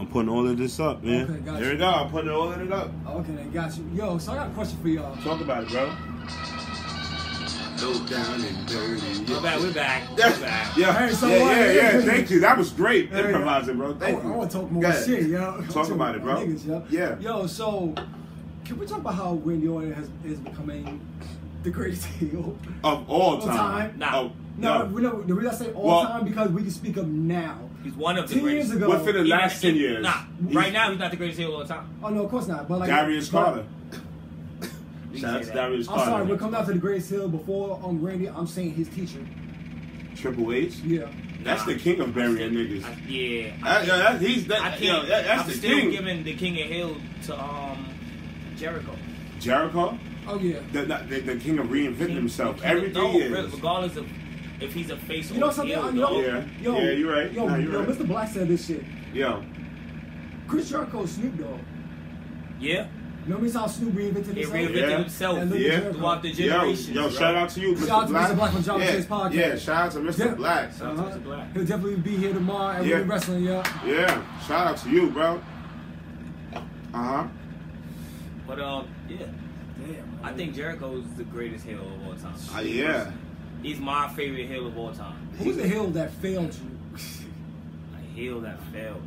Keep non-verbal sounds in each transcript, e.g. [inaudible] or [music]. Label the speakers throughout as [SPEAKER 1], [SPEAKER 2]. [SPEAKER 1] I'm putting all of this up, man.
[SPEAKER 2] Okay, got
[SPEAKER 1] there
[SPEAKER 2] you.
[SPEAKER 1] we go. I'm putting all of it up.
[SPEAKER 2] Oh, Okay, then got you. Yo, so I got a question for y'all.
[SPEAKER 1] Talk about it, bro.
[SPEAKER 3] Low down and dirty.
[SPEAKER 4] We're
[SPEAKER 3] [laughs]
[SPEAKER 4] back. We're back.
[SPEAKER 1] That's
[SPEAKER 4] We're back.
[SPEAKER 1] Yeah,
[SPEAKER 2] Hey, so
[SPEAKER 1] yeah,
[SPEAKER 2] what?
[SPEAKER 1] yeah, yeah. Thank you. That was great
[SPEAKER 2] Hey,
[SPEAKER 1] improvising, bro.
[SPEAKER 2] I,
[SPEAKER 1] Thank you.
[SPEAKER 2] want to talk more
[SPEAKER 1] Go ahead.
[SPEAKER 2] shit, yo. [laughs]
[SPEAKER 1] Talk about it, bro.
[SPEAKER 2] Niggas, yo.
[SPEAKER 1] Yeah.
[SPEAKER 2] Yo, so can we talk about how Randy Orton has is becoming [laughs] the greatest heel?
[SPEAKER 1] Of all
[SPEAKER 2] All
[SPEAKER 1] time.
[SPEAKER 2] time?
[SPEAKER 4] Nah.
[SPEAKER 1] Of-
[SPEAKER 2] No, we know, the reason I say all
[SPEAKER 1] Well-
[SPEAKER 2] time because we can speak of now.
[SPEAKER 4] He's one of the
[SPEAKER 2] Ten years
[SPEAKER 4] greatest.
[SPEAKER 2] ago.
[SPEAKER 1] Within the
[SPEAKER 4] Even-
[SPEAKER 1] last 10 years.
[SPEAKER 4] Nah,
[SPEAKER 1] He's-
[SPEAKER 4] right now he's not the greatest heel of all time.
[SPEAKER 2] Oh no, of course not. But like
[SPEAKER 1] Darius
[SPEAKER 2] but-
[SPEAKER 1] Carter.
[SPEAKER 4] We can
[SPEAKER 1] Shout out to
[SPEAKER 4] say that.
[SPEAKER 1] Darius
[SPEAKER 2] I'm sorry,
[SPEAKER 1] Carter.
[SPEAKER 2] when it comes down to the greatest heel before um Randy, I'm saying his teacher.
[SPEAKER 1] Triple H.
[SPEAKER 2] Yeah.
[SPEAKER 1] That's the king of burying niggas.
[SPEAKER 4] I- yeah.
[SPEAKER 1] That-
[SPEAKER 4] I can't-
[SPEAKER 1] yeah, that- he's that-
[SPEAKER 4] I
[SPEAKER 1] yeah,
[SPEAKER 4] can't.
[SPEAKER 1] that- that's
[SPEAKER 4] I'm
[SPEAKER 1] the
[SPEAKER 4] still
[SPEAKER 1] king.
[SPEAKER 4] giving the King of Hill to um Jericho.
[SPEAKER 1] Jericho,
[SPEAKER 2] Oh yeah.
[SPEAKER 1] the, the, the king of reinventing
[SPEAKER 4] King-
[SPEAKER 1] himself.
[SPEAKER 4] the King of-
[SPEAKER 1] Every
[SPEAKER 4] no,
[SPEAKER 1] three years.
[SPEAKER 4] regardless of if he's a face
[SPEAKER 2] You know
[SPEAKER 4] or
[SPEAKER 2] something?
[SPEAKER 4] heel.
[SPEAKER 2] I- you know,
[SPEAKER 4] dog.
[SPEAKER 1] Yeah.
[SPEAKER 2] Yo,
[SPEAKER 1] Yeah, you're right.
[SPEAKER 2] Yo,
[SPEAKER 1] Nah, you're
[SPEAKER 2] yo
[SPEAKER 1] right.
[SPEAKER 2] Mr. Black said this shit.
[SPEAKER 1] Yo,
[SPEAKER 2] Chris Jericho, Snoop Dogg.
[SPEAKER 4] yeah.
[SPEAKER 2] Remember how Snoop reinvented
[SPEAKER 4] He
[SPEAKER 2] himself?
[SPEAKER 4] reinvented
[SPEAKER 1] Yeah.
[SPEAKER 4] himself
[SPEAKER 2] And look
[SPEAKER 1] at Jericho.
[SPEAKER 4] throughout the
[SPEAKER 1] yo,
[SPEAKER 4] generations.
[SPEAKER 1] yo!
[SPEAKER 4] bro.
[SPEAKER 1] Shout out to you, Mr.
[SPEAKER 2] Shout out to
[SPEAKER 1] Black.
[SPEAKER 2] Mr. Black from John
[SPEAKER 1] yeah,
[SPEAKER 2] Chase podcast.
[SPEAKER 1] yeah, shout out to Mr.
[SPEAKER 2] Yeah.
[SPEAKER 1] Black.
[SPEAKER 4] Shout out to Mr. Black.
[SPEAKER 2] He'll definitely be here tomorrow and
[SPEAKER 1] Yeah.
[SPEAKER 2] we'll be wrestling, yeah.
[SPEAKER 1] Yeah, shout out to you, bro. Uh huh.
[SPEAKER 4] But um, yeah,
[SPEAKER 2] Damn.
[SPEAKER 4] I think Jericho's the greatest heel of all time.
[SPEAKER 1] Uh, yeah,
[SPEAKER 4] He's my favorite heel of all time.
[SPEAKER 2] Who's the hill that failed you?
[SPEAKER 4] A heel that failed.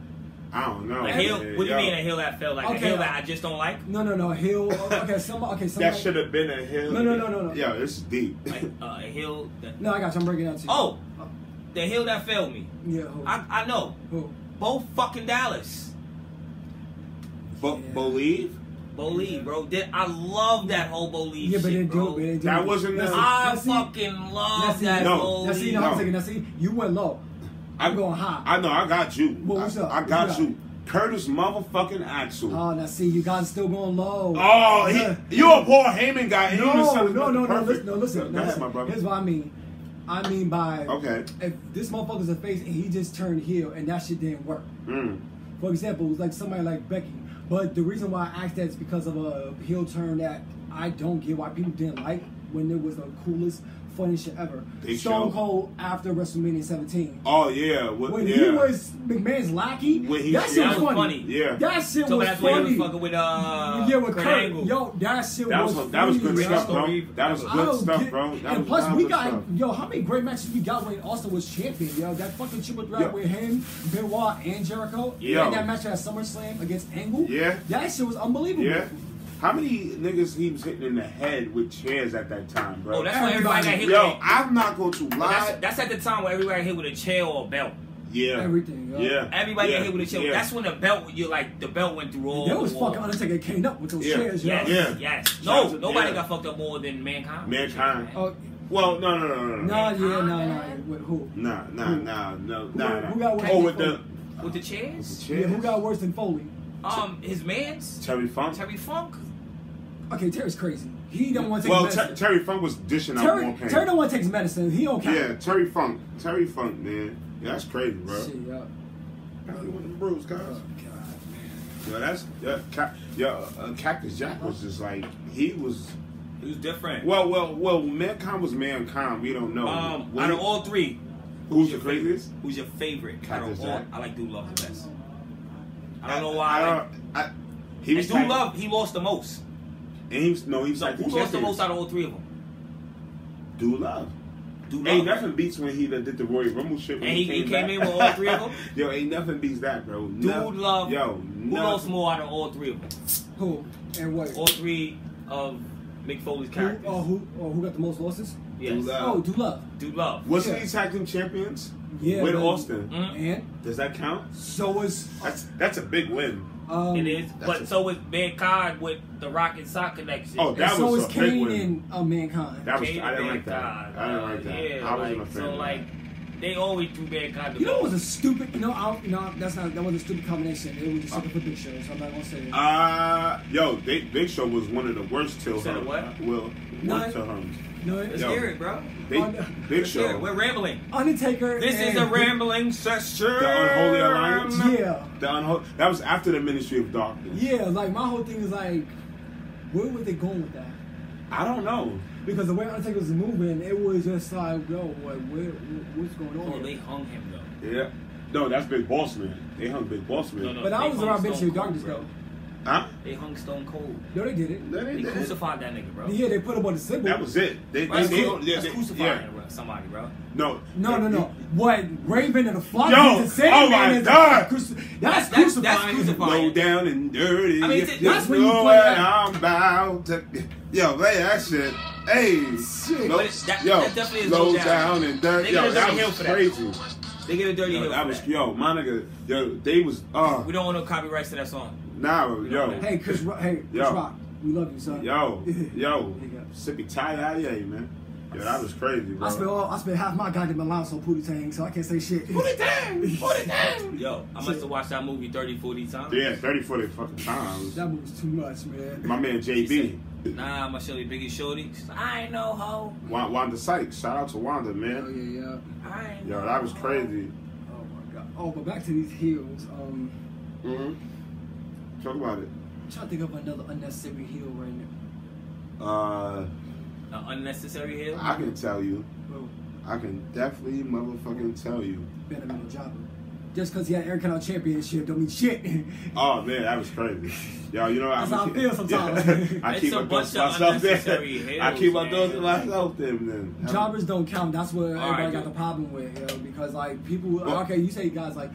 [SPEAKER 1] I don't know.
[SPEAKER 4] A heel?
[SPEAKER 1] man,
[SPEAKER 4] What do
[SPEAKER 1] yo.
[SPEAKER 4] you mean a heel that failed? Like
[SPEAKER 2] Okay.
[SPEAKER 4] a heel that I just don't like.
[SPEAKER 2] no, no, no. Hill. Okay, some. Okay, some.
[SPEAKER 1] That should have been a hill.
[SPEAKER 2] No, no, no, no, no.
[SPEAKER 1] Yo, this is deep. [laughs]
[SPEAKER 4] Like uh, a heel that.
[SPEAKER 2] No, I got you. I'm breaking it down to you.
[SPEAKER 4] Oh, the heel that failed me.
[SPEAKER 2] Yeah. Who?
[SPEAKER 4] I I know.
[SPEAKER 2] who?
[SPEAKER 4] Both fucking Dallas.
[SPEAKER 1] But believe
[SPEAKER 4] Bo Lee, bro. Did, I love that whole Bo Lee
[SPEAKER 2] Yeah, but
[SPEAKER 4] shit,
[SPEAKER 2] they do.
[SPEAKER 4] bro.
[SPEAKER 2] But they do.
[SPEAKER 1] That wasn't
[SPEAKER 2] Now
[SPEAKER 1] the-
[SPEAKER 2] see-
[SPEAKER 4] I
[SPEAKER 2] now see-
[SPEAKER 4] fucking
[SPEAKER 2] now
[SPEAKER 4] love
[SPEAKER 2] see-
[SPEAKER 4] that
[SPEAKER 1] No.
[SPEAKER 4] Bo
[SPEAKER 2] Now see,
[SPEAKER 4] Lee.
[SPEAKER 2] no, I'm
[SPEAKER 1] No.
[SPEAKER 2] taking. Now see, you went low. I'm going high.
[SPEAKER 1] I know. I got you.
[SPEAKER 2] Well, what's
[SPEAKER 1] I,
[SPEAKER 2] up?
[SPEAKER 1] I got
[SPEAKER 2] What's up?
[SPEAKER 1] you. Curtis motherfucking Axel.
[SPEAKER 2] Oh, now see, you guys still going low.
[SPEAKER 1] Oh, he, you a Paul Heyman guy. and you
[SPEAKER 2] No,
[SPEAKER 1] sounded
[SPEAKER 2] no, no, no,
[SPEAKER 1] perfect.
[SPEAKER 2] listen, no, listen.
[SPEAKER 1] Go
[SPEAKER 2] no,
[SPEAKER 1] ahead,
[SPEAKER 2] listen.
[SPEAKER 1] my brother.
[SPEAKER 2] Here's what I mean. I mean by
[SPEAKER 1] Okay.
[SPEAKER 2] if this motherfucker's a face and he just turned heel and that shit didn't work.
[SPEAKER 1] Mm.
[SPEAKER 2] For example, like somebody like Becky. But the reason why I asked that is because of a heel turn that I don't get why people didn't like when it was the coolest, funniest shit ever.
[SPEAKER 1] Big
[SPEAKER 2] Stone
[SPEAKER 1] Show.
[SPEAKER 2] Cold after WrestleMania 17.
[SPEAKER 1] Oh yeah. What,
[SPEAKER 2] When
[SPEAKER 1] yeah.
[SPEAKER 2] he was McMahon's lackey,
[SPEAKER 1] When he-
[SPEAKER 2] that shit
[SPEAKER 1] that
[SPEAKER 2] was
[SPEAKER 4] was
[SPEAKER 2] funny.
[SPEAKER 4] funny.
[SPEAKER 1] Yeah.
[SPEAKER 2] That shit
[SPEAKER 4] So
[SPEAKER 2] was
[SPEAKER 4] that's why he
[SPEAKER 2] funny.
[SPEAKER 4] was fucking with uh.
[SPEAKER 2] yeah, with
[SPEAKER 4] Kurt Angle.
[SPEAKER 2] Yo, that shit
[SPEAKER 1] that was
[SPEAKER 2] was
[SPEAKER 1] that was
[SPEAKER 2] funny,
[SPEAKER 1] good
[SPEAKER 2] yo.
[SPEAKER 1] stuff, bro.
[SPEAKER 4] Story.
[SPEAKER 1] That was
[SPEAKER 2] I
[SPEAKER 1] good
[SPEAKER 2] don't
[SPEAKER 1] stuff,
[SPEAKER 2] Oh, get-
[SPEAKER 1] bro. That
[SPEAKER 2] and
[SPEAKER 1] was
[SPEAKER 2] plus,
[SPEAKER 1] that
[SPEAKER 2] we
[SPEAKER 1] was
[SPEAKER 2] got
[SPEAKER 1] stuff.
[SPEAKER 2] yo, how many great matches we got when Austin was champion, yo? That fucking triple threat
[SPEAKER 1] Yo.
[SPEAKER 2] with him, Benoit, and Jericho.
[SPEAKER 1] Yo.
[SPEAKER 2] And that match at SummerSlam against Angle.
[SPEAKER 1] Yeah.
[SPEAKER 2] that shit was unbelievable.
[SPEAKER 1] Yeah. How many niggas he was hitting in the head with chairs at that time, bro?
[SPEAKER 4] Oh, that's why everybody got hit.
[SPEAKER 1] Yo,
[SPEAKER 4] with a-
[SPEAKER 1] I'm not going to lie.
[SPEAKER 4] that's, that's at the time where everybody hit with a chair or a belt.
[SPEAKER 1] yeah.
[SPEAKER 2] Everything, yo.
[SPEAKER 1] Yeah.
[SPEAKER 4] Everybody
[SPEAKER 1] yeah.
[SPEAKER 4] got hit with a chair.
[SPEAKER 1] Yeah.
[SPEAKER 4] That's when the belt, you like the belt went through all.
[SPEAKER 2] That was
[SPEAKER 4] the walls.
[SPEAKER 2] fucking Undertaker came up with those
[SPEAKER 1] Yeah.
[SPEAKER 2] chairs, yo.
[SPEAKER 4] Yes,
[SPEAKER 1] Yeah.
[SPEAKER 4] yes.
[SPEAKER 1] Shout
[SPEAKER 4] No,
[SPEAKER 1] out to-
[SPEAKER 4] nobody
[SPEAKER 1] yeah.
[SPEAKER 4] got fucked up more than mankind.
[SPEAKER 1] Mankind.
[SPEAKER 2] Oh,
[SPEAKER 1] Well, no, no, no, no, no.
[SPEAKER 2] nah, yeah, nah, nah. With who?
[SPEAKER 1] Nah, nah, nah, no, nah, nah.
[SPEAKER 2] who got what?
[SPEAKER 1] oh, with the
[SPEAKER 4] With the
[SPEAKER 1] with the
[SPEAKER 4] chairs,
[SPEAKER 2] Yeah,
[SPEAKER 1] chairs.
[SPEAKER 2] who got worse than Foley?
[SPEAKER 4] um, his man's
[SPEAKER 1] Terry Funk?
[SPEAKER 4] Terry Funk.
[SPEAKER 2] Okay, Terry's crazy. He don't want to take
[SPEAKER 1] well, Ter-
[SPEAKER 2] medicine.
[SPEAKER 1] Terry Funk was dishing out more
[SPEAKER 2] Terry,
[SPEAKER 1] pain.
[SPEAKER 2] Terry don't want to take his medicine. He don't count.
[SPEAKER 1] yeah, Terry Funk, Terry Funk, man. Yeah, that's crazy, bro.
[SPEAKER 2] Shit, yo.
[SPEAKER 1] Probably one of the Bruce
[SPEAKER 2] Oh,
[SPEAKER 1] guys.
[SPEAKER 2] God.
[SPEAKER 1] Yo, that's yeah, Cap, yo, uh, Cactus Jack was just like he was.
[SPEAKER 4] He was different.
[SPEAKER 1] Well, well, well. Mankind was mankind. We don't know.
[SPEAKER 4] um,
[SPEAKER 1] We-
[SPEAKER 4] out of all three,
[SPEAKER 1] who's the
[SPEAKER 4] your favorite?
[SPEAKER 1] craziest?
[SPEAKER 4] Who's your favorite? Out
[SPEAKER 1] Cactus
[SPEAKER 4] of all,
[SPEAKER 1] Jack.
[SPEAKER 4] I like Dude Love the best. I don't know why. I,
[SPEAKER 1] I,
[SPEAKER 4] like,
[SPEAKER 1] I, he was
[SPEAKER 4] and Dude
[SPEAKER 1] tag-
[SPEAKER 4] Love, he lost the most.
[SPEAKER 1] And he was no, he was
[SPEAKER 4] So
[SPEAKER 1] like
[SPEAKER 4] who lost the most out of all three of them?
[SPEAKER 1] Do love.
[SPEAKER 4] Dude
[SPEAKER 1] Ain't
[SPEAKER 4] Love.
[SPEAKER 1] nothing beats when he done did the Royal Rumble shit. When
[SPEAKER 4] And he- he
[SPEAKER 1] back.
[SPEAKER 4] came in with all three of them?
[SPEAKER 1] [laughs] yo, ain't nothing beats that, bro.
[SPEAKER 4] Dude
[SPEAKER 1] No-
[SPEAKER 4] Love.
[SPEAKER 1] Yo,
[SPEAKER 4] Who lost more out of all three of them?
[SPEAKER 2] Who and what?
[SPEAKER 4] All three of Mick Foley's
[SPEAKER 2] Who,
[SPEAKER 4] characters.
[SPEAKER 2] oh, who, oh, who got the most losses?
[SPEAKER 4] yes.
[SPEAKER 1] Love.
[SPEAKER 2] Oh, do love.
[SPEAKER 4] Dude Love.
[SPEAKER 1] Wasn't
[SPEAKER 2] Yeah.
[SPEAKER 1] he tag team champions?
[SPEAKER 2] Yeah,
[SPEAKER 1] With
[SPEAKER 2] but-
[SPEAKER 1] Austin.
[SPEAKER 4] Mm.
[SPEAKER 2] And
[SPEAKER 1] Does that count?
[SPEAKER 2] so was.
[SPEAKER 1] That's that's a big win.
[SPEAKER 2] Um,
[SPEAKER 4] It is,
[SPEAKER 1] That's
[SPEAKER 4] but
[SPEAKER 1] a-
[SPEAKER 4] so is Mankind with the Rock and Sock connection.
[SPEAKER 1] Oh,
[SPEAKER 2] and
[SPEAKER 1] that
[SPEAKER 2] so
[SPEAKER 1] was
[SPEAKER 2] is
[SPEAKER 1] a big
[SPEAKER 2] Kane
[SPEAKER 1] win.
[SPEAKER 2] and uh, Mankind.
[SPEAKER 1] That was
[SPEAKER 4] Kane
[SPEAKER 1] I
[SPEAKER 4] and
[SPEAKER 1] didn't like that.
[SPEAKER 4] Mankind.
[SPEAKER 1] I didn't like that.
[SPEAKER 4] uh, Yeah,
[SPEAKER 1] I wasn't
[SPEAKER 4] like,
[SPEAKER 1] a fan.
[SPEAKER 4] So
[SPEAKER 1] of
[SPEAKER 4] like,
[SPEAKER 1] that.
[SPEAKER 4] they always threw Mankind. The
[SPEAKER 2] you know
[SPEAKER 4] ball.
[SPEAKER 2] what was a stupid? No, I, don't- no, that's not. That was a stupid combination. It was a stupid for Big Show, so I'm not gonna say it.
[SPEAKER 1] Uh, yo, Big, Big Show was one of the worst till
[SPEAKER 4] You said
[SPEAKER 1] him.
[SPEAKER 4] what?
[SPEAKER 1] Well,
[SPEAKER 2] No,
[SPEAKER 1] worst
[SPEAKER 2] I-
[SPEAKER 1] till him.
[SPEAKER 2] no,
[SPEAKER 4] Let's
[SPEAKER 2] it,
[SPEAKER 1] Yo.
[SPEAKER 4] hear it, bro.
[SPEAKER 1] Big,
[SPEAKER 2] Oh, no.
[SPEAKER 1] Big
[SPEAKER 4] Let's hear it.
[SPEAKER 1] Show.
[SPEAKER 4] We're rambling.
[SPEAKER 2] Undertaker.
[SPEAKER 4] This is
[SPEAKER 2] and
[SPEAKER 4] a
[SPEAKER 2] Big-
[SPEAKER 4] rambling session.
[SPEAKER 1] The Unholy Alliance?
[SPEAKER 2] Yeah,
[SPEAKER 1] The unho- that was after the Ministry of Darkness.
[SPEAKER 2] yeah. Like my whole thing is like, where were they going with that?
[SPEAKER 1] I don't know.
[SPEAKER 2] Because the way Undertaker was moving, it was just like, yo, what, where, what's going on?
[SPEAKER 4] Oh,
[SPEAKER 2] here?
[SPEAKER 4] they hung him though.
[SPEAKER 1] Yeah. No, that's Big Boss Man. They hung Big Boss Man.
[SPEAKER 4] No, no.
[SPEAKER 2] But I
[SPEAKER 4] they
[SPEAKER 2] was
[SPEAKER 4] hung
[SPEAKER 2] around Big
[SPEAKER 4] Stone
[SPEAKER 2] City Darkness though.
[SPEAKER 4] Cold,
[SPEAKER 1] Huh?
[SPEAKER 4] They hung Stone Cold.
[SPEAKER 2] No, they did it.
[SPEAKER 1] No, they
[SPEAKER 4] They
[SPEAKER 1] didn't.
[SPEAKER 4] crucified that nigga, bro.
[SPEAKER 2] Yeah, they put up on the symbol.
[SPEAKER 1] That was it. They, they,
[SPEAKER 4] That's,
[SPEAKER 1] they,
[SPEAKER 4] cru-
[SPEAKER 1] they-
[SPEAKER 4] that's
[SPEAKER 1] they-
[SPEAKER 4] crucifying
[SPEAKER 1] yeah.
[SPEAKER 4] somebody, bro.
[SPEAKER 1] No.
[SPEAKER 2] No, no, no. What Raven and the Flock?
[SPEAKER 1] Yo,
[SPEAKER 2] the same
[SPEAKER 1] oh my
[SPEAKER 2] man is-
[SPEAKER 1] God.
[SPEAKER 2] Cruci- that's,
[SPEAKER 4] That's- that's
[SPEAKER 2] crucifying.
[SPEAKER 4] crucifying.
[SPEAKER 1] Low down and dirty.
[SPEAKER 4] I mean,
[SPEAKER 1] You
[SPEAKER 4] that's
[SPEAKER 2] when you
[SPEAKER 1] know
[SPEAKER 2] play
[SPEAKER 1] what
[SPEAKER 2] that-
[SPEAKER 1] I'm about to. Yo, play that shit. Hey, shit.
[SPEAKER 4] But it- that-
[SPEAKER 1] yo,
[SPEAKER 4] that definitely is
[SPEAKER 1] low
[SPEAKER 4] low down.
[SPEAKER 1] down and dirty.
[SPEAKER 4] They
[SPEAKER 1] Yo,
[SPEAKER 4] gotta
[SPEAKER 1] that
[SPEAKER 4] go to
[SPEAKER 1] was
[SPEAKER 4] hell for that.
[SPEAKER 1] crazy.
[SPEAKER 4] They get a dirty
[SPEAKER 1] Yo,
[SPEAKER 4] heel.
[SPEAKER 1] that
[SPEAKER 4] for
[SPEAKER 1] was
[SPEAKER 4] that.
[SPEAKER 1] yo, my nigga. Yo, they was uh,
[SPEAKER 4] We don't want no copyrights to that song.
[SPEAKER 1] nah, yo,
[SPEAKER 2] Hey, Chris. Ro- hey, Chris
[SPEAKER 1] Yo.
[SPEAKER 2] Rock. We love you, son. [laughs]
[SPEAKER 1] yo, yo,
[SPEAKER 2] Nigga.
[SPEAKER 1] sippy tie out yeah, man. Yo, that was crazy, bro.
[SPEAKER 2] I spent all, I spent half my goddamn allowance on Pootie Tang, so I can't say shit. Pootie Tang, [laughs] Pootie Tang.
[SPEAKER 4] Yo, I must have watched that movie 30, 40 times.
[SPEAKER 1] yeah, thirty forty fucking times.
[SPEAKER 2] That movie's too much, man.
[SPEAKER 1] My man JB,
[SPEAKER 4] Nah, my Shelly Biggie Shorty. She's like, I ain't no hoe.
[SPEAKER 1] Wa- Wanda Sykes. Shout out to Wanda,
[SPEAKER 2] Oh
[SPEAKER 1] man.
[SPEAKER 2] yeah, yeah.
[SPEAKER 4] I ain't
[SPEAKER 1] Yo,
[SPEAKER 4] no
[SPEAKER 1] that was
[SPEAKER 4] hoe."
[SPEAKER 1] crazy.
[SPEAKER 2] Oh my god. Oh, but back to these heels. Um,
[SPEAKER 4] Mm-hmm.
[SPEAKER 1] hmm Talk about it.
[SPEAKER 2] I'm trying to think of another unnecessary heel right now.
[SPEAKER 1] Uh,
[SPEAKER 4] An unnecessary hill.
[SPEAKER 1] I can tell you.
[SPEAKER 2] Well,
[SPEAKER 1] I can definitely motherfucking tell you.
[SPEAKER 2] Benjamin Jobber. Just because he had Air Canal Championship don't mean shit. [laughs]
[SPEAKER 1] Oh man, that was crazy. Yo, you know what?
[SPEAKER 2] That's how
[SPEAKER 1] [laughs]
[SPEAKER 2] I
[SPEAKER 1] keep-
[SPEAKER 2] feel sometimes.
[SPEAKER 1] I
[SPEAKER 4] It's
[SPEAKER 1] keep
[SPEAKER 4] a
[SPEAKER 1] up
[SPEAKER 4] bunch
[SPEAKER 1] doing
[SPEAKER 4] of
[SPEAKER 1] myself there. [laughs]
[SPEAKER 4] unnecessary
[SPEAKER 1] I keep up
[SPEAKER 4] hills,
[SPEAKER 1] doing
[SPEAKER 4] man.
[SPEAKER 1] myself then. Then
[SPEAKER 2] Jobbers don't count. That's what everybody
[SPEAKER 4] right,
[SPEAKER 2] got the
[SPEAKER 4] dude.
[SPEAKER 2] problem with, yo. Because like people,
[SPEAKER 1] Well-
[SPEAKER 2] okay, you say guys like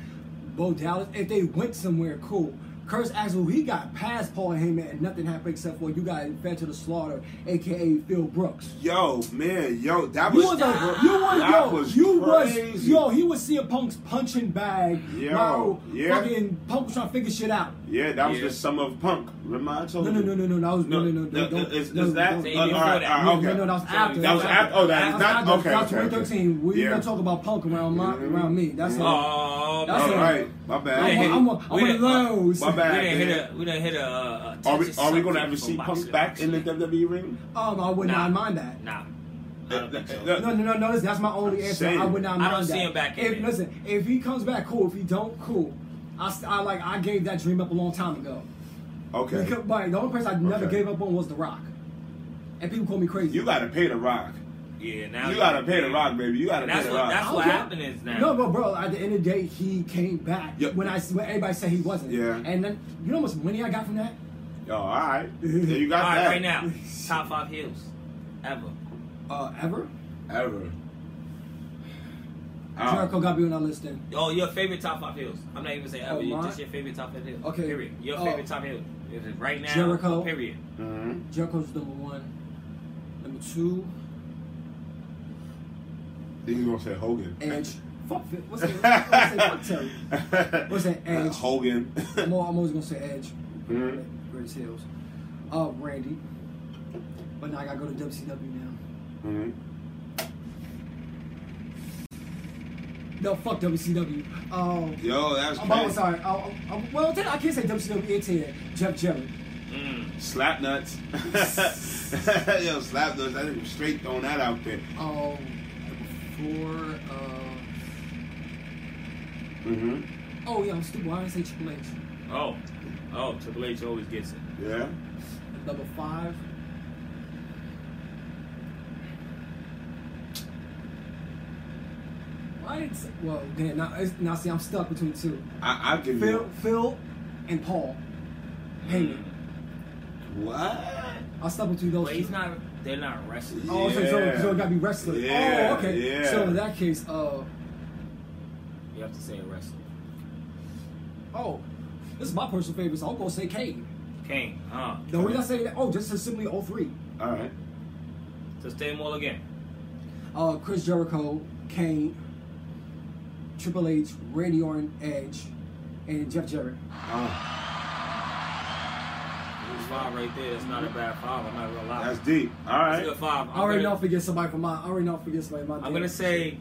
[SPEAKER 2] Bo Dallas, if they went somewhere, cool. Curse Axel, he got past Paul Heyman and nothing happened except for you got fed to the slaughter, aka Phil Brooks.
[SPEAKER 1] Yo, man, yo, that
[SPEAKER 2] You
[SPEAKER 1] was,
[SPEAKER 2] was,
[SPEAKER 1] that
[SPEAKER 2] a, you was, yo,
[SPEAKER 1] was
[SPEAKER 2] you was,
[SPEAKER 1] crazy.
[SPEAKER 2] yo, he was CM Punk's punching bag.
[SPEAKER 1] Yo,
[SPEAKER 2] while
[SPEAKER 1] yeah.
[SPEAKER 2] fucking Punk was trying to figure shit out.
[SPEAKER 1] Yeah, that was
[SPEAKER 4] Yeah.
[SPEAKER 1] the summer of punk. Remember I told
[SPEAKER 2] No,
[SPEAKER 1] you?
[SPEAKER 2] no, no, no, no, that was no, no, no, no,
[SPEAKER 1] no,
[SPEAKER 2] don't-
[SPEAKER 1] is,
[SPEAKER 2] no,
[SPEAKER 1] is that?
[SPEAKER 2] don't-
[SPEAKER 1] uh, all right,
[SPEAKER 4] Before
[SPEAKER 1] all
[SPEAKER 4] that.
[SPEAKER 1] right, okay.
[SPEAKER 2] No, no, that was
[SPEAKER 4] So
[SPEAKER 2] after.
[SPEAKER 4] that was after- oh, that
[SPEAKER 1] is
[SPEAKER 2] was
[SPEAKER 1] not-
[SPEAKER 2] after.
[SPEAKER 1] okay,
[SPEAKER 2] That was
[SPEAKER 1] okay, okay.
[SPEAKER 2] 2013. We
[SPEAKER 1] Yeah.
[SPEAKER 2] gonna talk about punk around my,
[SPEAKER 1] Mhm.
[SPEAKER 2] around me. That's all.
[SPEAKER 4] Mm-hmm. Oh,
[SPEAKER 2] That's
[SPEAKER 1] all
[SPEAKER 2] it.
[SPEAKER 4] man.
[SPEAKER 1] right, my
[SPEAKER 2] I'm,
[SPEAKER 4] Yeah,
[SPEAKER 1] bad.
[SPEAKER 4] yeah.
[SPEAKER 2] on- I'm, on-
[SPEAKER 4] We
[SPEAKER 2] I'm
[SPEAKER 4] didn't-
[SPEAKER 2] on lows.
[SPEAKER 1] My
[SPEAKER 4] We
[SPEAKER 1] bad.
[SPEAKER 4] didn't
[SPEAKER 1] man.
[SPEAKER 4] hit a. We didn't hit a. uh, a
[SPEAKER 1] Are we
[SPEAKER 4] Texas
[SPEAKER 1] are we gonna
[SPEAKER 4] something
[SPEAKER 1] ever
[SPEAKER 4] from
[SPEAKER 1] see punk
[SPEAKER 4] boxing.
[SPEAKER 1] back in the WWE ring?
[SPEAKER 2] Um, I would
[SPEAKER 4] Nah.
[SPEAKER 2] not mind that.
[SPEAKER 4] Nah. I
[SPEAKER 1] Uh,
[SPEAKER 4] don't
[SPEAKER 1] [laughs]
[SPEAKER 4] think so.
[SPEAKER 1] uh,
[SPEAKER 2] No, no, no, no. That's, that's my only answer.
[SPEAKER 1] saying.
[SPEAKER 2] I would not
[SPEAKER 4] I
[SPEAKER 2] mind
[SPEAKER 4] don't
[SPEAKER 2] that.
[SPEAKER 4] see him back in
[SPEAKER 2] If
[SPEAKER 4] it.
[SPEAKER 2] listen, if he comes back, cool. If he don't, cool. I, st- I like I gave that dream up a long time ago.
[SPEAKER 1] Okay,
[SPEAKER 2] Because- but the only person I never
[SPEAKER 1] Okay.
[SPEAKER 2] gave up on was The Rock, and people call me crazy.
[SPEAKER 1] you gotta pay the rock.
[SPEAKER 4] Yeah. Now
[SPEAKER 1] You gotta pay the rock, baby. You gotta
[SPEAKER 4] And
[SPEAKER 1] pay
[SPEAKER 4] that's
[SPEAKER 1] the
[SPEAKER 4] what.
[SPEAKER 1] rock.
[SPEAKER 4] That's
[SPEAKER 2] don't
[SPEAKER 4] what
[SPEAKER 2] care.
[SPEAKER 4] happened is now.
[SPEAKER 2] No, but bro, at the end of the day, he came back
[SPEAKER 1] Yep.
[SPEAKER 2] when I when everybody said he wasn't.
[SPEAKER 1] Yeah.
[SPEAKER 2] And then you know how much money I got from that?
[SPEAKER 1] Yo, all
[SPEAKER 2] [laughs]
[SPEAKER 1] right. Yeah, you got
[SPEAKER 4] All right,
[SPEAKER 1] that. [laughs]
[SPEAKER 4] right now, top five heels ever.
[SPEAKER 2] Uh, ever?
[SPEAKER 1] Ever. Ah.
[SPEAKER 2] Jericho got me on that list then.
[SPEAKER 4] Oh, your favorite top five heels. I'm not even saying ever.
[SPEAKER 2] Oh,
[SPEAKER 4] you
[SPEAKER 2] mine?
[SPEAKER 4] just your favorite top five heels.
[SPEAKER 2] Okay.
[SPEAKER 4] Period. Your
[SPEAKER 2] Oh.
[SPEAKER 4] favorite top heel. Is it right now?
[SPEAKER 2] Jericho.
[SPEAKER 4] Period.
[SPEAKER 1] hmm
[SPEAKER 2] Jericho's number one. Number two,
[SPEAKER 1] Then you gonna say Hogan.
[SPEAKER 2] Edge.
[SPEAKER 1] [laughs]
[SPEAKER 2] Fuck, Phil- what's it? I was gonna say fuck Terry. What's that, Edge?
[SPEAKER 1] Uh, Hogan. [laughs]
[SPEAKER 2] I'm, al- I'm always gonna say Edge.
[SPEAKER 1] Mhm.
[SPEAKER 2] Greatest Hills. Uh, Randy. But now I gotta go to WCW now.
[SPEAKER 1] Mhm.
[SPEAKER 2] No, fuck WCW. Um,
[SPEAKER 1] Yo, that's
[SPEAKER 2] I'm always
[SPEAKER 1] crazy.
[SPEAKER 2] sorry. Uh, uh, uh, well, then I can't say WCW. It's here. Jeff Jarrett.
[SPEAKER 4] Mm.
[SPEAKER 1] Slap nuts. [laughs] Yo, slap nuts. I think I'm straight throwing that out there.
[SPEAKER 2] Um, before. Uh,
[SPEAKER 1] Mm-hmm.
[SPEAKER 2] oh yeah, I'm stupid. Why did I say Triple H?
[SPEAKER 4] Oh. Oh, Triple H always gets it.
[SPEAKER 1] Yeah.
[SPEAKER 2] Number five. Why did say, well then now it's, now see I'm stuck between two.
[SPEAKER 1] I, I'll give
[SPEAKER 2] Phil, Phil, and Paul. Heyman.
[SPEAKER 4] Mm.
[SPEAKER 1] you. What?
[SPEAKER 2] I'll stop between those.
[SPEAKER 4] But
[SPEAKER 2] two.
[SPEAKER 4] he's not. They're not wrestling.
[SPEAKER 2] Oh, okay, so,
[SPEAKER 1] Yeah.
[SPEAKER 2] so it gotta be wrestling.
[SPEAKER 1] Yeah,
[SPEAKER 2] oh, okay.
[SPEAKER 1] yeah.
[SPEAKER 2] So in that case, uh,
[SPEAKER 4] You have to say wrestling.
[SPEAKER 2] oh, this is my personal favorite, so I'm gonna say Kane.
[SPEAKER 4] Kane. Huh.
[SPEAKER 2] The way I say that, oh, just as simply all three.
[SPEAKER 1] All right.
[SPEAKER 4] So stay them all again.
[SPEAKER 2] Uh, Chris Jericho, Kane, Triple H, Randy Orton, Edge, and Jeff Jarrett.
[SPEAKER 1] Uh,
[SPEAKER 4] It was five right there. That's not a bad five. I'm not gonna lie.
[SPEAKER 1] that's deep. All
[SPEAKER 4] That's a
[SPEAKER 1] right.
[SPEAKER 4] good five. I'm
[SPEAKER 2] I already know
[SPEAKER 4] gonna,
[SPEAKER 2] I'll forget somebody from my. I already know I'll forget somebody from my.
[SPEAKER 4] I'm
[SPEAKER 2] day.
[SPEAKER 4] gonna say.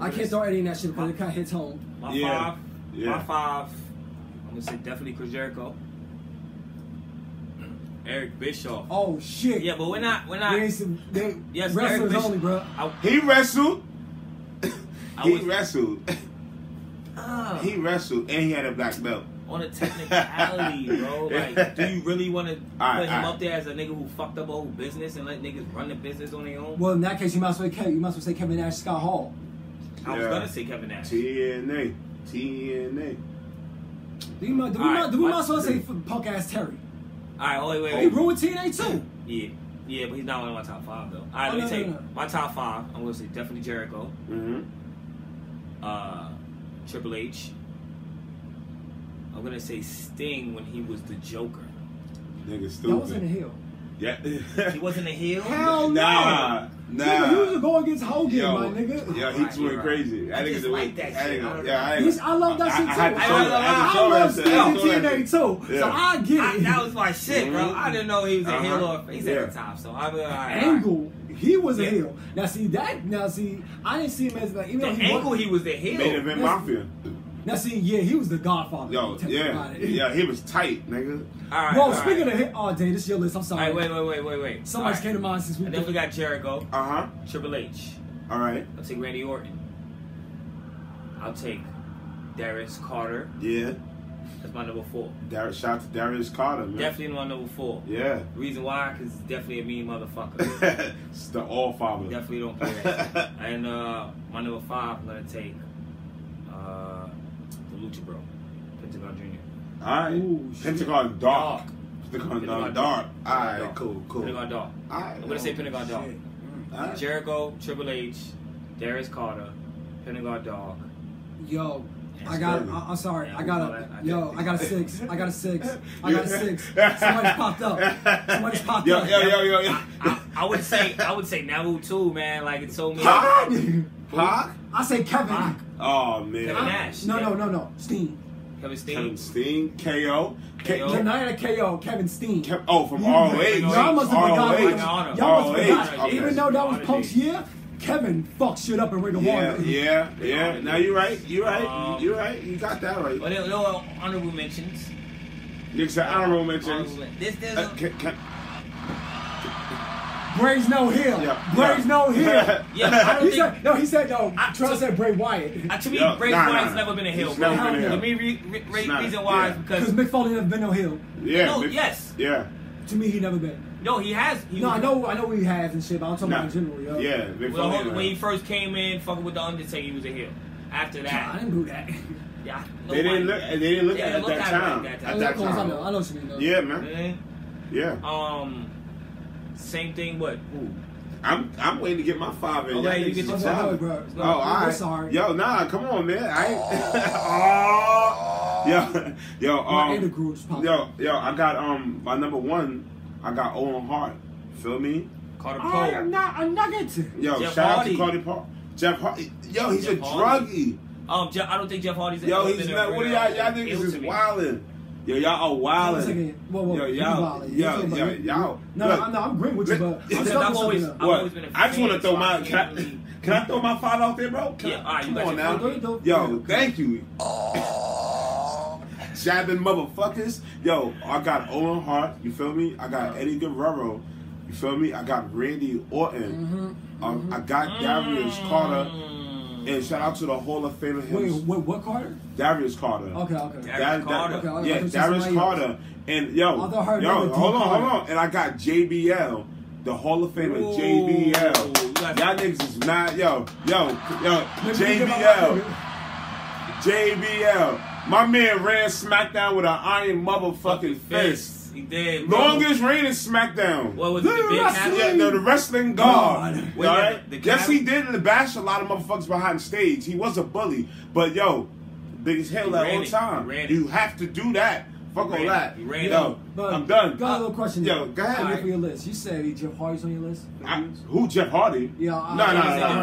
[SPEAKER 2] I can't throw any of that shit because it kind of hits home.
[SPEAKER 4] My
[SPEAKER 1] Yeah.
[SPEAKER 4] five.
[SPEAKER 1] Yeah.
[SPEAKER 4] My five. I'm gonna say definitely Chris Jericho. Eric Bischoff.
[SPEAKER 2] Oh shit.
[SPEAKER 4] Yeah, but we're not. We're not.
[SPEAKER 2] They ain't some- they,
[SPEAKER 4] Yes,
[SPEAKER 2] wrestlers
[SPEAKER 4] Eric Bischoff.
[SPEAKER 2] only, bro.
[SPEAKER 4] I,
[SPEAKER 1] He wrestled.
[SPEAKER 4] [coughs] I
[SPEAKER 1] He
[SPEAKER 4] was
[SPEAKER 1] wrestled.
[SPEAKER 4] [coughs]
[SPEAKER 2] Ah.
[SPEAKER 4] uh,
[SPEAKER 1] he wrestled, and he had a black belt.
[SPEAKER 4] on
[SPEAKER 1] [laughs]
[SPEAKER 4] a technicality, bro. Like, do you really want to put
[SPEAKER 1] Alright,
[SPEAKER 4] him
[SPEAKER 1] alright.
[SPEAKER 4] up there as a nigga who fucked up a whole business and let niggas run the business on their own?
[SPEAKER 2] Well, in that case, you might as well say Kevin, you might as well say Kevin Nash, Scott Hall.
[SPEAKER 4] I was
[SPEAKER 1] Yeah.
[SPEAKER 4] gonna say Kevin Nash.
[SPEAKER 1] TNA. TNA.
[SPEAKER 2] Do we might, do we
[SPEAKER 4] All right,
[SPEAKER 2] might, do we
[SPEAKER 4] what-
[SPEAKER 2] might as well say punk ass Terry?
[SPEAKER 4] All right, oh, wait, wait,
[SPEAKER 2] He
[SPEAKER 4] wait.
[SPEAKER 2] ruined TNA too.
[SPEAKER 4] Yeah, yeah, but he's not one of my top five though. All right,
[SPEAKER 2] Oh,
[SPEAKER 4] let me
[SPEAKER 2] no,
[SPEAKER 4] take
[SPEAKER 2] no, no.
[SPEAKER 4] my top five. I'm gonna say definitely Jericho,
[SPEAKER 1] Mm-hmm.
[SPEAKER 4] uh, Triple H. I'm gonna say Sting when he was the Joker.
[SPEAKER 1] Nigga,
[SPEAKER 2] That was in
[SPEAKER 1] stupid.
[SPEAKER 2] the hill.
[SPEAKER 1] Yeah.
[SPEAKER 4] He wasn't
[SPEAKER 1] [laughs]
[SPEAKER 4] a
[SPEAKER 2] [laughs]
[SPEAKER 4] heel.
[SPEAKER 2] Hell no. [laughs]
[SPEAKER 1] Nah, nah.
[SPEAKER 2] Nigga, he was going against Hogan, my nigga.
[SPEAKER 1] Yeah,
[SPEAKER 4] Right,
[SPEAKER 1] he
[SPEAKER 4] you're
[SPEAKER 1] went
[SPEAKER 4] right.
[SPEAKER 1] crazy.
[SPEAKER 4] I
[SPEAKER 1] I think
[SPEAKER 4] just
[SPEAKER 1] it's
[SPEAKER 4] like that shit. I
[SPEAKER 1] I,
[SPEAKER 4] don't
[SPEAKER 1] yeah,
[SPEAKER 4] know.
[SPEAKER 1] I, ain't-
[SPEAKER 2] He's- I love that
[SPEAKER 1] I-
[SPEAKER 2] shit
[SPEAKER 1] I
[SPEAKER 2] too.
[SPEAKER 1] had to
[SPEAKER 4] I
[SPEAKER 1] show
[SPEAKER 4] love-
[SPEAKER 1] that- I had to
[SPEAKER 4] I
[SPEAKER 1] show
[SPEAKER 2] love
[SPEAKER 1] that
[SPEAKER 2] Sting and
[SPEAKER 1] shit. I had to
[SPEAKER 2] TNA
[SPEAKER 1] show that
[SPEAKER 2] too,
[SPEAKER 1] shit.
[SPEAKER 2] so
[SPEAKER 1] Yeah.
[SPEAKER 2] I get
[SPEAKER 4] I,
[SPEAKER 2] it.
[SPEAKER 4] that was my shit, bro. I didn't know he was a heel or
[SPEAKER 1] Uh-huh.
[SPEAKER 4] a face at
[SPEAKER 1] Yeah.
[SPEAKER 4] the top, so I'm uh, like, all right, all right.
[SPEAKER 2] angle, he was
[SPEAKER 4] Yeah.
[SPEAKER 2] a heel. Now see that. Now see, I didn't see him as like even though
[SPEAKER 4] The
[SPEAKER 2] he
[SPEAKER 4] angle
[SPEAKER 2] Was,
[SPEAKER 4] he was the heel.
[SPEAKER 1] Main event
[SPEAKER 2] That's-
[SPEAKER 1] mafia.
[SPEAKER 2] now see, yeah, he was the Godfather.
[SPEAKER 1] Yo,
[SPEAKER 2] Tell me
[SPEAKER 1] yeah,
[SPEAKER 2] about it.
[SPEAKER 1] yeah, he was tight, nigga.
[SPEAKER 4] All right,
[SPEAKER 2] Bro,
[SPEAKER 4] all right.
[SPEAKER 2] speaking of hit, oh, Dave, this is your list. I'm
[SPEAKER 4] All
[SPEAKER 2] sorry.
[SPEAKER 4] right, wait, wait, wait, wait, wait.
[SPEAKER 2] So
[SPEAKER 4] All
[SPEAKER 2] much
[SPEAKER 4] right.
[SPEAKER 2] came to mind since we.
[SPEAKER 4] And then we got Jericho,
[SPEAKER 1] Uh huh.
[SPEAKER 4] Triple H.
[SPEAKER 1] All right.
[SPEAKER 4] I'll take Randy Orton. I'll take Darius Carter.
[SPEAKER 1] Yeah.
[SPEAKER 4] That's my number four.
[SPEAKER 1] Dar- shout out to Darius Carter, man.
[SPEAKER 4] Definitely my number four.
[SPEAKER 1] Yeah.
[SPEAKER 4] Reason why? Because it's definitely a
[SPEAKER 1] [laughs]
[SPEAKER 4] mean motherfucker.
[SPEAKER 1] it's the all father.
[SPEAKER 4] definitely don't play that.
[SPEAKER 1] [laughs]
[SPEAKER 4] shit. And uh, my number five, I'm going to take uh, the Lucha Bro, Pentagon Jr.
[SPEAKER 1] All
[SPEAKER 2] Ooh,
[SPEAKER 1] right.
[SPEAKER 2] shit.
[SPEAKER 1] Pentagon Dark.
[SPEAKER 4] Dark.
[SPEAKER 1] Pentagon
[SPEAKER 4] Pentagon
[SPEAKER 1] Dark.
[SPEAKER 4] Dark.
[SPEAKER 1] All right.
[SPEAKER 4] Dark.
[SPEAKER 1] Cool. Cool.
[SPEAKER 4] Pentagon Dog.
[SPEAKER 1] All right.
[SPEAKER 4] I'm going to say Pentagon Dog.
[SPEAKER 2] Shit.
[SPEAKER 1] All [laughs] right.
[SPEAKER 4] Jericho, Triple H, Darius Carter, Pentagon Dog.
[SPEAKER 2] Yo,
[SPEAKER 4] Yeah,
[SPEAKER 2] I got.
[SPEAKER 1] it's
[SPEAKER 2] I, I'm sorry.
[SPEAKER 4] Yeah,
[SPEAKER 2] I got
[SPEAKER 4] we saw that.
[SPEAKER 2] a.
[SPEAKER 4] I
[SPEAKER 2] Yo,
[SPEAKER 4] did.
[SPEAKER 2] I got a six. I got a six.
[SPEAKER 1] [laughs]
[SPEAKER 2] I got a six. Somebody's popped up. Somebody's popped
[SPEAKER 1] yo,
[SPEAKER 2] up.
[SPEAKER 1] Yo, yo, yo, yo.
[SPEAKER 4] I, I, I would say I would say Nabu too, man. Like it's
[SPEAKER 1] [laughs]
[SPEAKER 4] so many.
[SPEAKER 1] Pac? Pac?
[SPEAKER 2] I say Kevin.
[SPEAKER 4] Pac.
[SPEAKER 1] Oh,
[SPEAKER 4] Kevin
[SPEAKER 1] man.
[SPEAKER 4] Ah, Nash.
[SPEAKER 2] No, no, no, no. Steen.
[SPEAKER 4] Kevin Steen.
[SPEAKER 1] Kevin Steen, KO. K-
[SPEAKER 4] KO.
[SPEAKER 2] The night of KO. Kevin Steen.
[SPEAKER 1] Ke- oh, from
[SPEAKER 2] You-
[SPEAKER 1] ROH.
[SPEAKER 2] Y'all must have forgot.
[SPEAKER 1] ROH.
[SPEAKER 4] about-
[SPEAKER 2] Y'all must have
[SPEAKER 1] ROH.
[SPEAKER 2] forgot.
[SPEAKER 1] Okay.
[SPEAKER 2] Even though that was
[SPEAKER 4] Honor
[SPEAKER 2] Punk's
[SPEAKER 4] days.
[SPEAKER 2] year, Kevin fucked shit up in Ring of
[SPEAKER 1] Yeah,
[SPEAKER 2] Honor.
[SPEAKER 1] yeah, yeah. Now you're right. You're right.
[SPEAKER 4] Um,
[SPEAKER 1] you're right. You got that right.
[SPEAKER 4] But no, no honorable mentions.
[SPEAKER 1] Nigga said honorable
[SPEAKER 4] Honorable
[SPEAKER 1] mentions.
[SPEAKER 4] men- This, this,
[SPEAKER 1] Uh, can, can,
[SPEAKER 2] Bray's no heel.
[SPEAKER 1] yeah, yeah. [laughs]
[SPEAKER 2] Bray's no heel.
[SPEAKER 4] Yeah, I don't
[SPEAKER 2] He
[SPEAKER 4] think-
[SPEAKER 2] said, no, he said no.
[SPEAKER 4] I-
[SPEAKER 2] Charles said Bray Wyatt.
[SPEAKER 4] uh, to me,
[SPEAKER 1] Yo,
[SPEAKER 4] Bray
[SPEAKER 1] nah, nah,
[SPEAKER 4] Wyatt's
[SPEAKER 1] nah.
[SPEAKER 4] never been a heel.
[SPEAKER 1] He's
[SPEAKER 4] bro.
[SPEAKER 2] never been a
[SPEAKER 4] The
[SPEAKER 2] heel.
[SPEAKER 4] main re- re- re-
[SPEAKER 1] It's not.
[SPEAKER 4] reason why is
[SPEAKER 1] Yeah. [laughs]
[SPEAKER 2] Because
[SPEAKER 4] because
[SPEAKER 2] Mick Foley never been no heel.
[SPEAKER 1] yeah.
[SPEAKER 4] No,
[SPEAKER 1] Mick-
[SPEAKER 4] yes.
[SPEAKER 1] Yeah.
[SPEAKER 2] To me, he never been.
[SPEAKER 4] no, he has. He
[SPEAKER 2] No,
[SPEAKER 4] was-
[SPEAKER 2] I know, I know he has and shit, but I'm talking
[SPEAKER 1] Nah.
[SPEAKER 2] about in general, yo.
[SPEAKER 1] Yeah. Mick
[SPEAKER 4] Well,
[SPEAKER 1] Foley,
[SPEAKER 4] when he
[SPEAKER 1] man.
[SPEAKER 4] first came in, fucking with the Undertaker, he was a heel. After
[SPEAKER 2] I
[SPEAKER 4] that,
[SPEAKER 2] didn't do that.
[SPEAKER 4] yeah,
[SPEAKER 1] They didn't look. They didn't look
[SPEAKER 4] Yeah,
[SPEAKER 1] at
[SPEAKER 4] they
[SPEAKER 1] it
[SPEAKER 4] looked
[SPEAKER 1] at that
[SPEAKER 4] at it
[SPEAKER 1] time.
[SPEAKER 4] like
[SPEAKER 2] [laughs]
[SPEAKER 4] that
[SPEAKER 2] I
[SPEAKER 1] At
[SPEAKER 2] know,
[SPEAKER 1] that
[SPEAKER 2] of course, I know, I
[SPEAKER 1] time.
[SPEAKER 2] know what you mean, though.
[SPEAKER 1] Yeah, man.
[SPEAKER 4] Man,
[SPEAKER 1] Yeah.
[SPEAKER 4] um, same thing. What?
[SPEAKER 1] I'm I'm waiting to get my five in.
[SPEAKER 4] Oh,
[SPEAKER 1] Y'all
[SPEAKER 4] wait, you
[SPEAKER 1] niggas
[SPEAKER 4] get your
[SPEAKER 1] is
[SPEAKER 2] five,
[SPEAKER 1] solid.
[SPEAKER 2] bro.
[SPEAKER 1] Oh,
[SPEAKER 2] No,
[SPEAKER 1] all
[SPEAKER 2] we're
[SPEAKER 1] right.
[SPEAKER 2] sorry.
[SPEAKER 1] Yo, nah, come on, man. I ain't. [laughs] oh, yo, yo,
[SPEAKER 2] My
[SPEAKER 1] um,
[SPEAKER 2] inner groove's popping.
[SPEAKER 1] yo, yo. I got um my number one. I got Owen Hart. Feel me?
[SPEAKER 4] Carter Cole.
[SPEAKER 2] I am not a nugget.
[SPEAKER 1] Yo,
[SPEAKER 4] Jeff
[SPEAKER 1] shout
[SPEAKER 4] Hardy.
[SPEAKER 1] out to Cardi Park. Jeff Hardy. Yo, he's
[SPEAKER 4] Jeff
[SPEAKER 1] a
[SPEAKER 4] Hardy.
[SPEAKER 1] druggie.
[SPEAKER 4] Um, Jeff, I don't think Jeff Hardy's.
[SPEAKER 1] Yo,
[SPEAKER 4] ever
[SPEAKER 1] he's
[SPEAKER 4] been a
[SPEAKER 1] not. What are
[SPEAKER 4] real
[SPEAKER 1] y'all? Y'all
[SPEAKER 4] heel
[SPEAKER 1] niggas is
[SPEAKER 4] to me.
[SPEAKER 1] wildin'. Yo, y'all are
[SPEAKER 2] Wait a
[SPEAKER 1] wildin'.
[SPEAKER 2] second. Whoa, whoa.
[SPEAKER 1] Yo,
[SPEAKER 2] you
[SPEAKER 1] y'all-
[SPEAKER 2] wildin'. You
[SPEAKER 1] yo,
[SPEAKER 2] talking
[SPEAKER 1] yo,
[SPEAKER 2] about-
[SPEAKER 1] y'all-
[SPEAKER 2] No,
[SPEAKER 1] look.
[SPEAKER 2] I'm, not, I'm agreeing with you, but I'm
[SPEAKER 1] Because
[SPEAKER 2] stuck
[SPEAKER 4] I've
[SPEAKER 2] with
[SPEAKER 4] always-
[SPEAKER 2] something.
[SPEAKER 4] I've
[SPEAKER 1] What?
[SPEAKER 4] always been a
[SPEAKER 1] I just want to
[SPEAKER 4] fan,
[SPEAKER 1] throw
[SPEAKER 4] so I
[SPEAKER 1] my.
[SPEAKER 4] can't
[SPEAKER 1] Can I,
[SPEAKER 4] really-
[SPEAKER 1] can I throw my five out there, bro? Can
[SPEAKER 4] Yeah,
[SPEAKER 1] I,
[SPEAKER 4] all right,
[SPEAKER 1] come
[SPEAKER 4] you got
[SPEAKER 1] on
[SPEAKER 4] your
[SPEAKER 1] now.
[SPEAKER 2] five. Don't- don't-
[SPEAKER 1] Yo,
[SPEAKER 2] yeah.
[SPEAKER 1] thank you. Jabbing motherfuckers. Yo, I got Owen Hart. You feel me? I got Eddie Guerrero. You feel me? I got Randy Orton. Um, I got Darius Carter.
[SPEAKER 4] Mm.
[SPEAKER 1] And shout out to the Hall of Fame of
[SPEAKER 2] Wait,
[SPEAKER 1] him,
[SPEAKER 2] what, what Carter?
[SPEAKER 1] Darius Carter.
[SPEAKER 2] Okay, okay.
[SPEAKER 4] Darius Carter.
[SPEAKER 2] Okay, I thought
[SPEAKER 1] yeah,
[SPEAKER 2] you said
[SPEAKER 1] Darius
[SPEAKER 2] somebody else.
[SPEAKER 1] Carter. And yo,
[SPEAKER 2] I thought her
[SPEAKER 1] yo,
[SPEAKER 2] name was
[SPEAKER 1] hold on,
[SPEAKER 2] Dee
[SPEAKER 1] hold on.
[SPEAKER 2] Carter.
[SPEAKER 1] And I got JBL, the Hall of Famer
[SPEAKER 4] Ooh,
[SPEAKER 1] JBL.
[SPEAKER 4] you got-
[SPEAKER 1] Y'all niggas is not yo, yo, yo,
[SPEAKER 2] Let me think about
[SPEAKER 1] JBL,
[SPEAKER 2] my
[SPEAKER 1] JBL. My man ran SmackDown with an iron motherfucking fist.
[SPEAKER 4] He did. bro.
[SPEAKER 1] Longest reign in SmackDown.
[SPEAKER 4] What was it, the
[SPEAKER 2] The
[SPEAKER 4] big
[SPEAKER 2] wrestling-
[SPEAKER 1] Yeah,
[SPEAKER 4] hat?
[SPEAKER 1] no, the wrestling god.
[SPEAKER 2] God.
[SPEAKER 4] Wait,
[SPEAKER 1] all right?
[SPEAKER 4] the- the
[SPEAKER 1] yes,
[SPEAKER 4] guy-
[SPEAKER 1] he did bash a lot of motherfuckers behind stage. He was a bully, but yo, biggest hell
[SPEAKER 4] He
[SPEAKER 1] that
[SPEAKER 4] ran
[SPEAKER 1] whole
[SPEAKER 4] it.
[SPEAKER 1] time.
[SPEAKER 4] He ran it.
[SPEAKER 1] You have to do that. Fuck
[SPEAKER 4] He
[SPEAKER 1] all
[SPEAKER 4] ran
[SPEAKER 1] that.
[SPEAKER 4] it. He ran
[SPEAKER 1] Yo,
[SPEAKER 2] nugget. But
[SPEAKER 1] I'm done.
[SPEAKER 2] Got a little question.
[SPEAKER 1] Yo,
[SPEAKER 2] though.
[SPEAKER 1] go ahead.
[SPEAKER 2] All right, for your list. You said Jeff Hardy's on your list.
[SPEAKER 1] I- who Jeff Hardy?
[SPEAKER 2] Yeah,
[SPEAKER 1] no,
[SPEAKER 2] I-
[SPEAKER 1] no,
[SPEAKER 2] I-
[SPEAKER 1] no,
[SPEAKER 4] I- I-
[SPEAKER 1] no,
[SPEAKER 4] I-
[SPEAKER 1] no,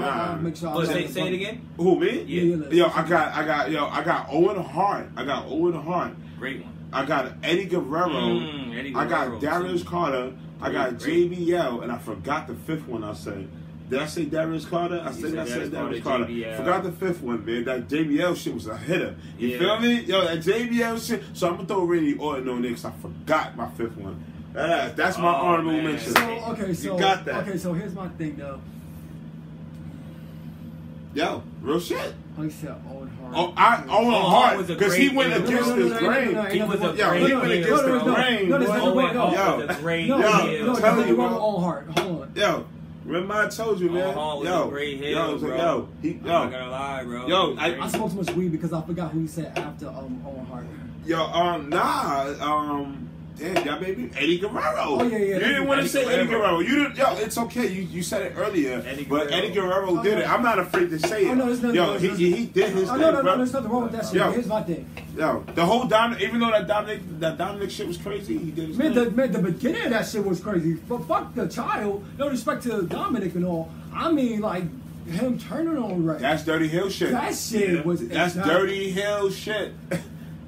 [SPEAKER 1] no,
[SPEAKER 2] I'll
[SPEAKER 1] no.
[SPEAKER 2] make sure.
[SPEAKER 4] Oh, say, say it again.
[SPEAKER 1] Who me?
[SPEAKER 4] Yeah.
[SPEAKER 1] Yo, I got, I got, yo, I got Owen Hart. I got Owen Hart.
[SPEAKER 4] Great one.
[SPEAKER 1] I got Eddie Guerrero.
[SPEAKER 4] Mm, Eddie
[SPEAKER 1] I
[SPEAKER 4] Guerrero,
[SPEAKER 1] got Darius
[SPEAKER 4] too.
[SPEAKER 1] Carter. I got
[SPEAKER 4] Great.
[SPEAKER 1] JBL, and I forgot the fifth one. I said, did I say Darius Carter? I
[SPEAKER 4] You
[SPEAKER 1] said,
[SPEAKER 4] said
[SPEAKER 1] I said
[SPEAKER 4] Darius Carter,
[SPEAKER 1] Darius Carter.
[SPEAKER 4] JBL.
[SPEAKER 1] Forgot the fifth one, man. That JBL shit was a hitter. You
[SPEAKER 4] Yeah.
[SPEAKER 1] feel me? Yo, that JBL shit. So I'm gonna throw Randy Orton on there because I forgot my fifth one. That- that's my
[SPEAKER 4] Oh,
[SPEAKER 1] honorable
[SPEAKER 4] man.
[SPEAKER 1] mention.
[SPEAKER 2] So okay,
[SPEAKER 1] You
[SPEAKER 2] so
[SPEAKER 1] got that.
[SPEAKER 2] okay, so here's my thing though.
[SPEAKER 1] Yo, real shit.
[SPEAKER 2] Like I said, Owen Hart.
[SPEAKER 1] Oh, I, Owen Hart
[SPEAKER 4] was a
[SPEAKER 1] because he
[SPEAKER 4] great
[SPEAKER 1] went
[SPEAKER 4] heel.
[SPEAKER 1] against
[SPEAKER 2] No, no, no,
[SPEAKER 1] his
[SPEAKER 2] no, no,
[SPEAKER 1] grain.
[SPEAKER 2] no, no,
[SPEAKER 4] He was a
[SPEAKER 1] Yo,
[SPEAKER 4] great
[SPEAKER 1] he went
[SPEAKER 4] heel,
[SPEAKER 1] against
[SPEAKER 4] bro.
[SPEAKER 1] his grain.
[SPEAKER 2] No, no,
[SPEAKER 1] boy.
[SPEAKER 2] no, no,
[SPEAKER 4] Owen
[SPEAKER 2] no,
[SPEAKER 4] Hart
[SPEAKER 1] no.
[SPEAKER 4] was a great
[SPEAKER 2] No,
[SPEAKER 1] Yo,
[SPEAKER 2] no,
[SPEAKER 4] heel.
[SPEAKER 1] tell
[SPEAKER 2] there's
[SPEAKER 1] you,
[SPEAKER 2] nothing wrong
[SPEAKER 1] bro.
[SPEAKER 2] with Owen Hart. Hold on.
[SPEAKER 1] Yo, Remember I told you, man.
[SPEAKER 4] Hall was
[SPEAKER 1] yo,
[SPEAKER 4] in Grey
[SPEAKER 1] yo,
[SPEAKER 4] Hills,
[SPEAKER 1] it's like,
[SPEAKER 4] bro.
[SPEAKER 1] yo, he, yo,
[SPEAKER 4] I'm not gonna lie, bro.
[SPEAKER 1] Yo, I-
[SPEAKER 2] I smoked too much weed because I forgot who he said after um, Owen Hart.
[SPEAKER 1] yo, um, nah, um, damn, y'all made me Eddie Guerrero.
[SPEAKER 2] Oh, yeah, yeah,
[SPEAKER 1] You
[SPEAKER 2] that's-
[SPEAKER 1] didn't want to
[SPEAKER 4] Eddie
[SPEAKER 1] say Eddie Guerrero.
[SPEAKER 4] Guerrero.
[SPEAKER 1] You didn't, yo, it's okay. You you said it earlier,
[SPEAKER 4] Eddie
[SPEAKER 1] but
[SPEAKER 4] Guerrero.
[SPEAKER 1] Eddie Guerrero
[SPEAKER 2] Oh,
[SPEAKER 1] did
[SPEAKER 2] no.
[SPEAKER 1] it. I'm not afraid to say it.
[SPEAKER 2] Oh, no, there's nothing-
[SPEAKER 1] yo, he,
[SPEAKER 2] there's
[SPEAKER 1] he,
[SPEAKER 2] nothing-
[SPEAKER 1] he did his
[SPEAKER 2] Oh
[SPEAKER 1] thing,
[SPEAKER 2] no, no, no,
[SPEAKER 1] bro.
[SPEAKER 2] there's nothing wrong with that shit.
[SPEAKER 1] Yo.
[SPEAKER 2] Here's my thing.
[SPEAKER 1] Yo, the whole Dominic, even though that Dominic, that Dominic shit was crazy, he did his
[SPEAKER 2] Man,
[SPEAKER 1] thing.
[SPEAKER 2] the, man, the beginning of that shit was crazy. But fuck the child. No respect to Dominic and all. I mean, like him turning on Ray.
[SPEAKER 1] That's Dirty Hill shit.
[SPEAKER 2] That shit was
[SPEAKER 1] That's
[SPEAKER 2] exact-
[SPEAKER 1] Dirty Hill
[SPEAKER 2] [laughs]
[SPEAKER 1] shit.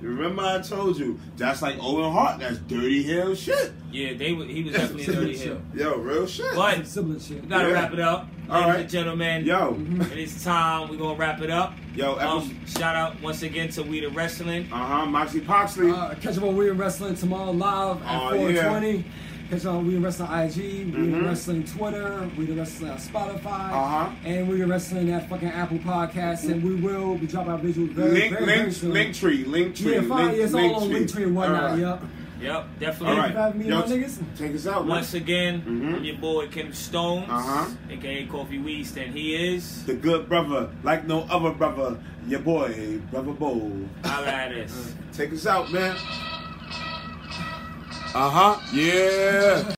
[SPEAKER 1] Remember I told you, that's like Owen Hart. That's Dirty Hill shit.
[SPEAKER 4] Yeah, they were, he was definitely in Dirty
[SPEAKER 1] [laughs]
[SPEAKER 4] Hill.
[SPEAKER 1] Yo, real shit.
[SPEAKER 4] But
[SPEAKER 2] Sibling shit.
[SPEAKER 4] we gotta
[SPEAKER 1] Yeah.
[SPEAKER 4] wrap it up, ladies
[SPEAKER 1] All right.
[SPEAKER 4] and gentlemen.
[SPEAKER 1] Yo.
[SPEAKER 4] it is time. We are gonna wrap it up.
[SPEAKER 1] Yo,
[SPEAKER 4] um, shout out once again to We the Wrestling.
[SPEAKER 1] Uh huh. Moxie Poxley.
[SPEAKER 2] Uh, catch up on We and Wrestling tomorrow live at
[SPEAKER 1] Oh,
[SPEAKER 2] 420. Catch up on We and Wrestling IG, We
[SPEAKER 1] Mhm.
[SPEAKER 2] and Wrestling Twitter, We and Wrestling on Spotify,
[SPEAKER 1] Uh-huh.
[SPEAKER 2] and We and Wrestling at fucking Apple Podcasts. And we will be dropping our visuals very,
[SPEAKER 1] link,
[SPEAKER 2] very, very
[SPEAKER 1] link,
[SPEAKER 2] soon.
[SPEAKER 1] link tree, link tree.
[SPEAKER 2] yeah, fine.
[SPEAKER 1] link,
[SPEAKER 2] it's
[SPEAKER 1] link
[SPEAKER 2] all on Linktree and whatnot.
[SPEAKER 1] Alright.
[SPEAKER 2] Yep.
[SPEAKER 4] Yep, definitely.
[SPEAKER 1] All
[SPEAKER 2] Thank you for
[SPEAKER 1] right.
[SPEAKER 2] having me,
[SPEAKER 1] Yo,
[SPEAKER 2] my niggas.
[SPEAKER 1] take us out. man.
[SPEAKER 4] Once again,
[SPEAKER 1] Mhm.
[SPEAKER 4] I'm your boy Kim Stones,
[SPEAKER 1] Uh-huh.
[SPEAKER 4] aka Coffee Weast, and he
[SPEAKER 1] [laughs]
[SPEAKER 4] is.
[SPEAKER 1] The good brother, like no other brother, your boy, brother Bo.
[SPEAKER 4] Holla at us.
[SPEAKER 1] Take us out, man. Uh huh. Uh-huh, Yeah.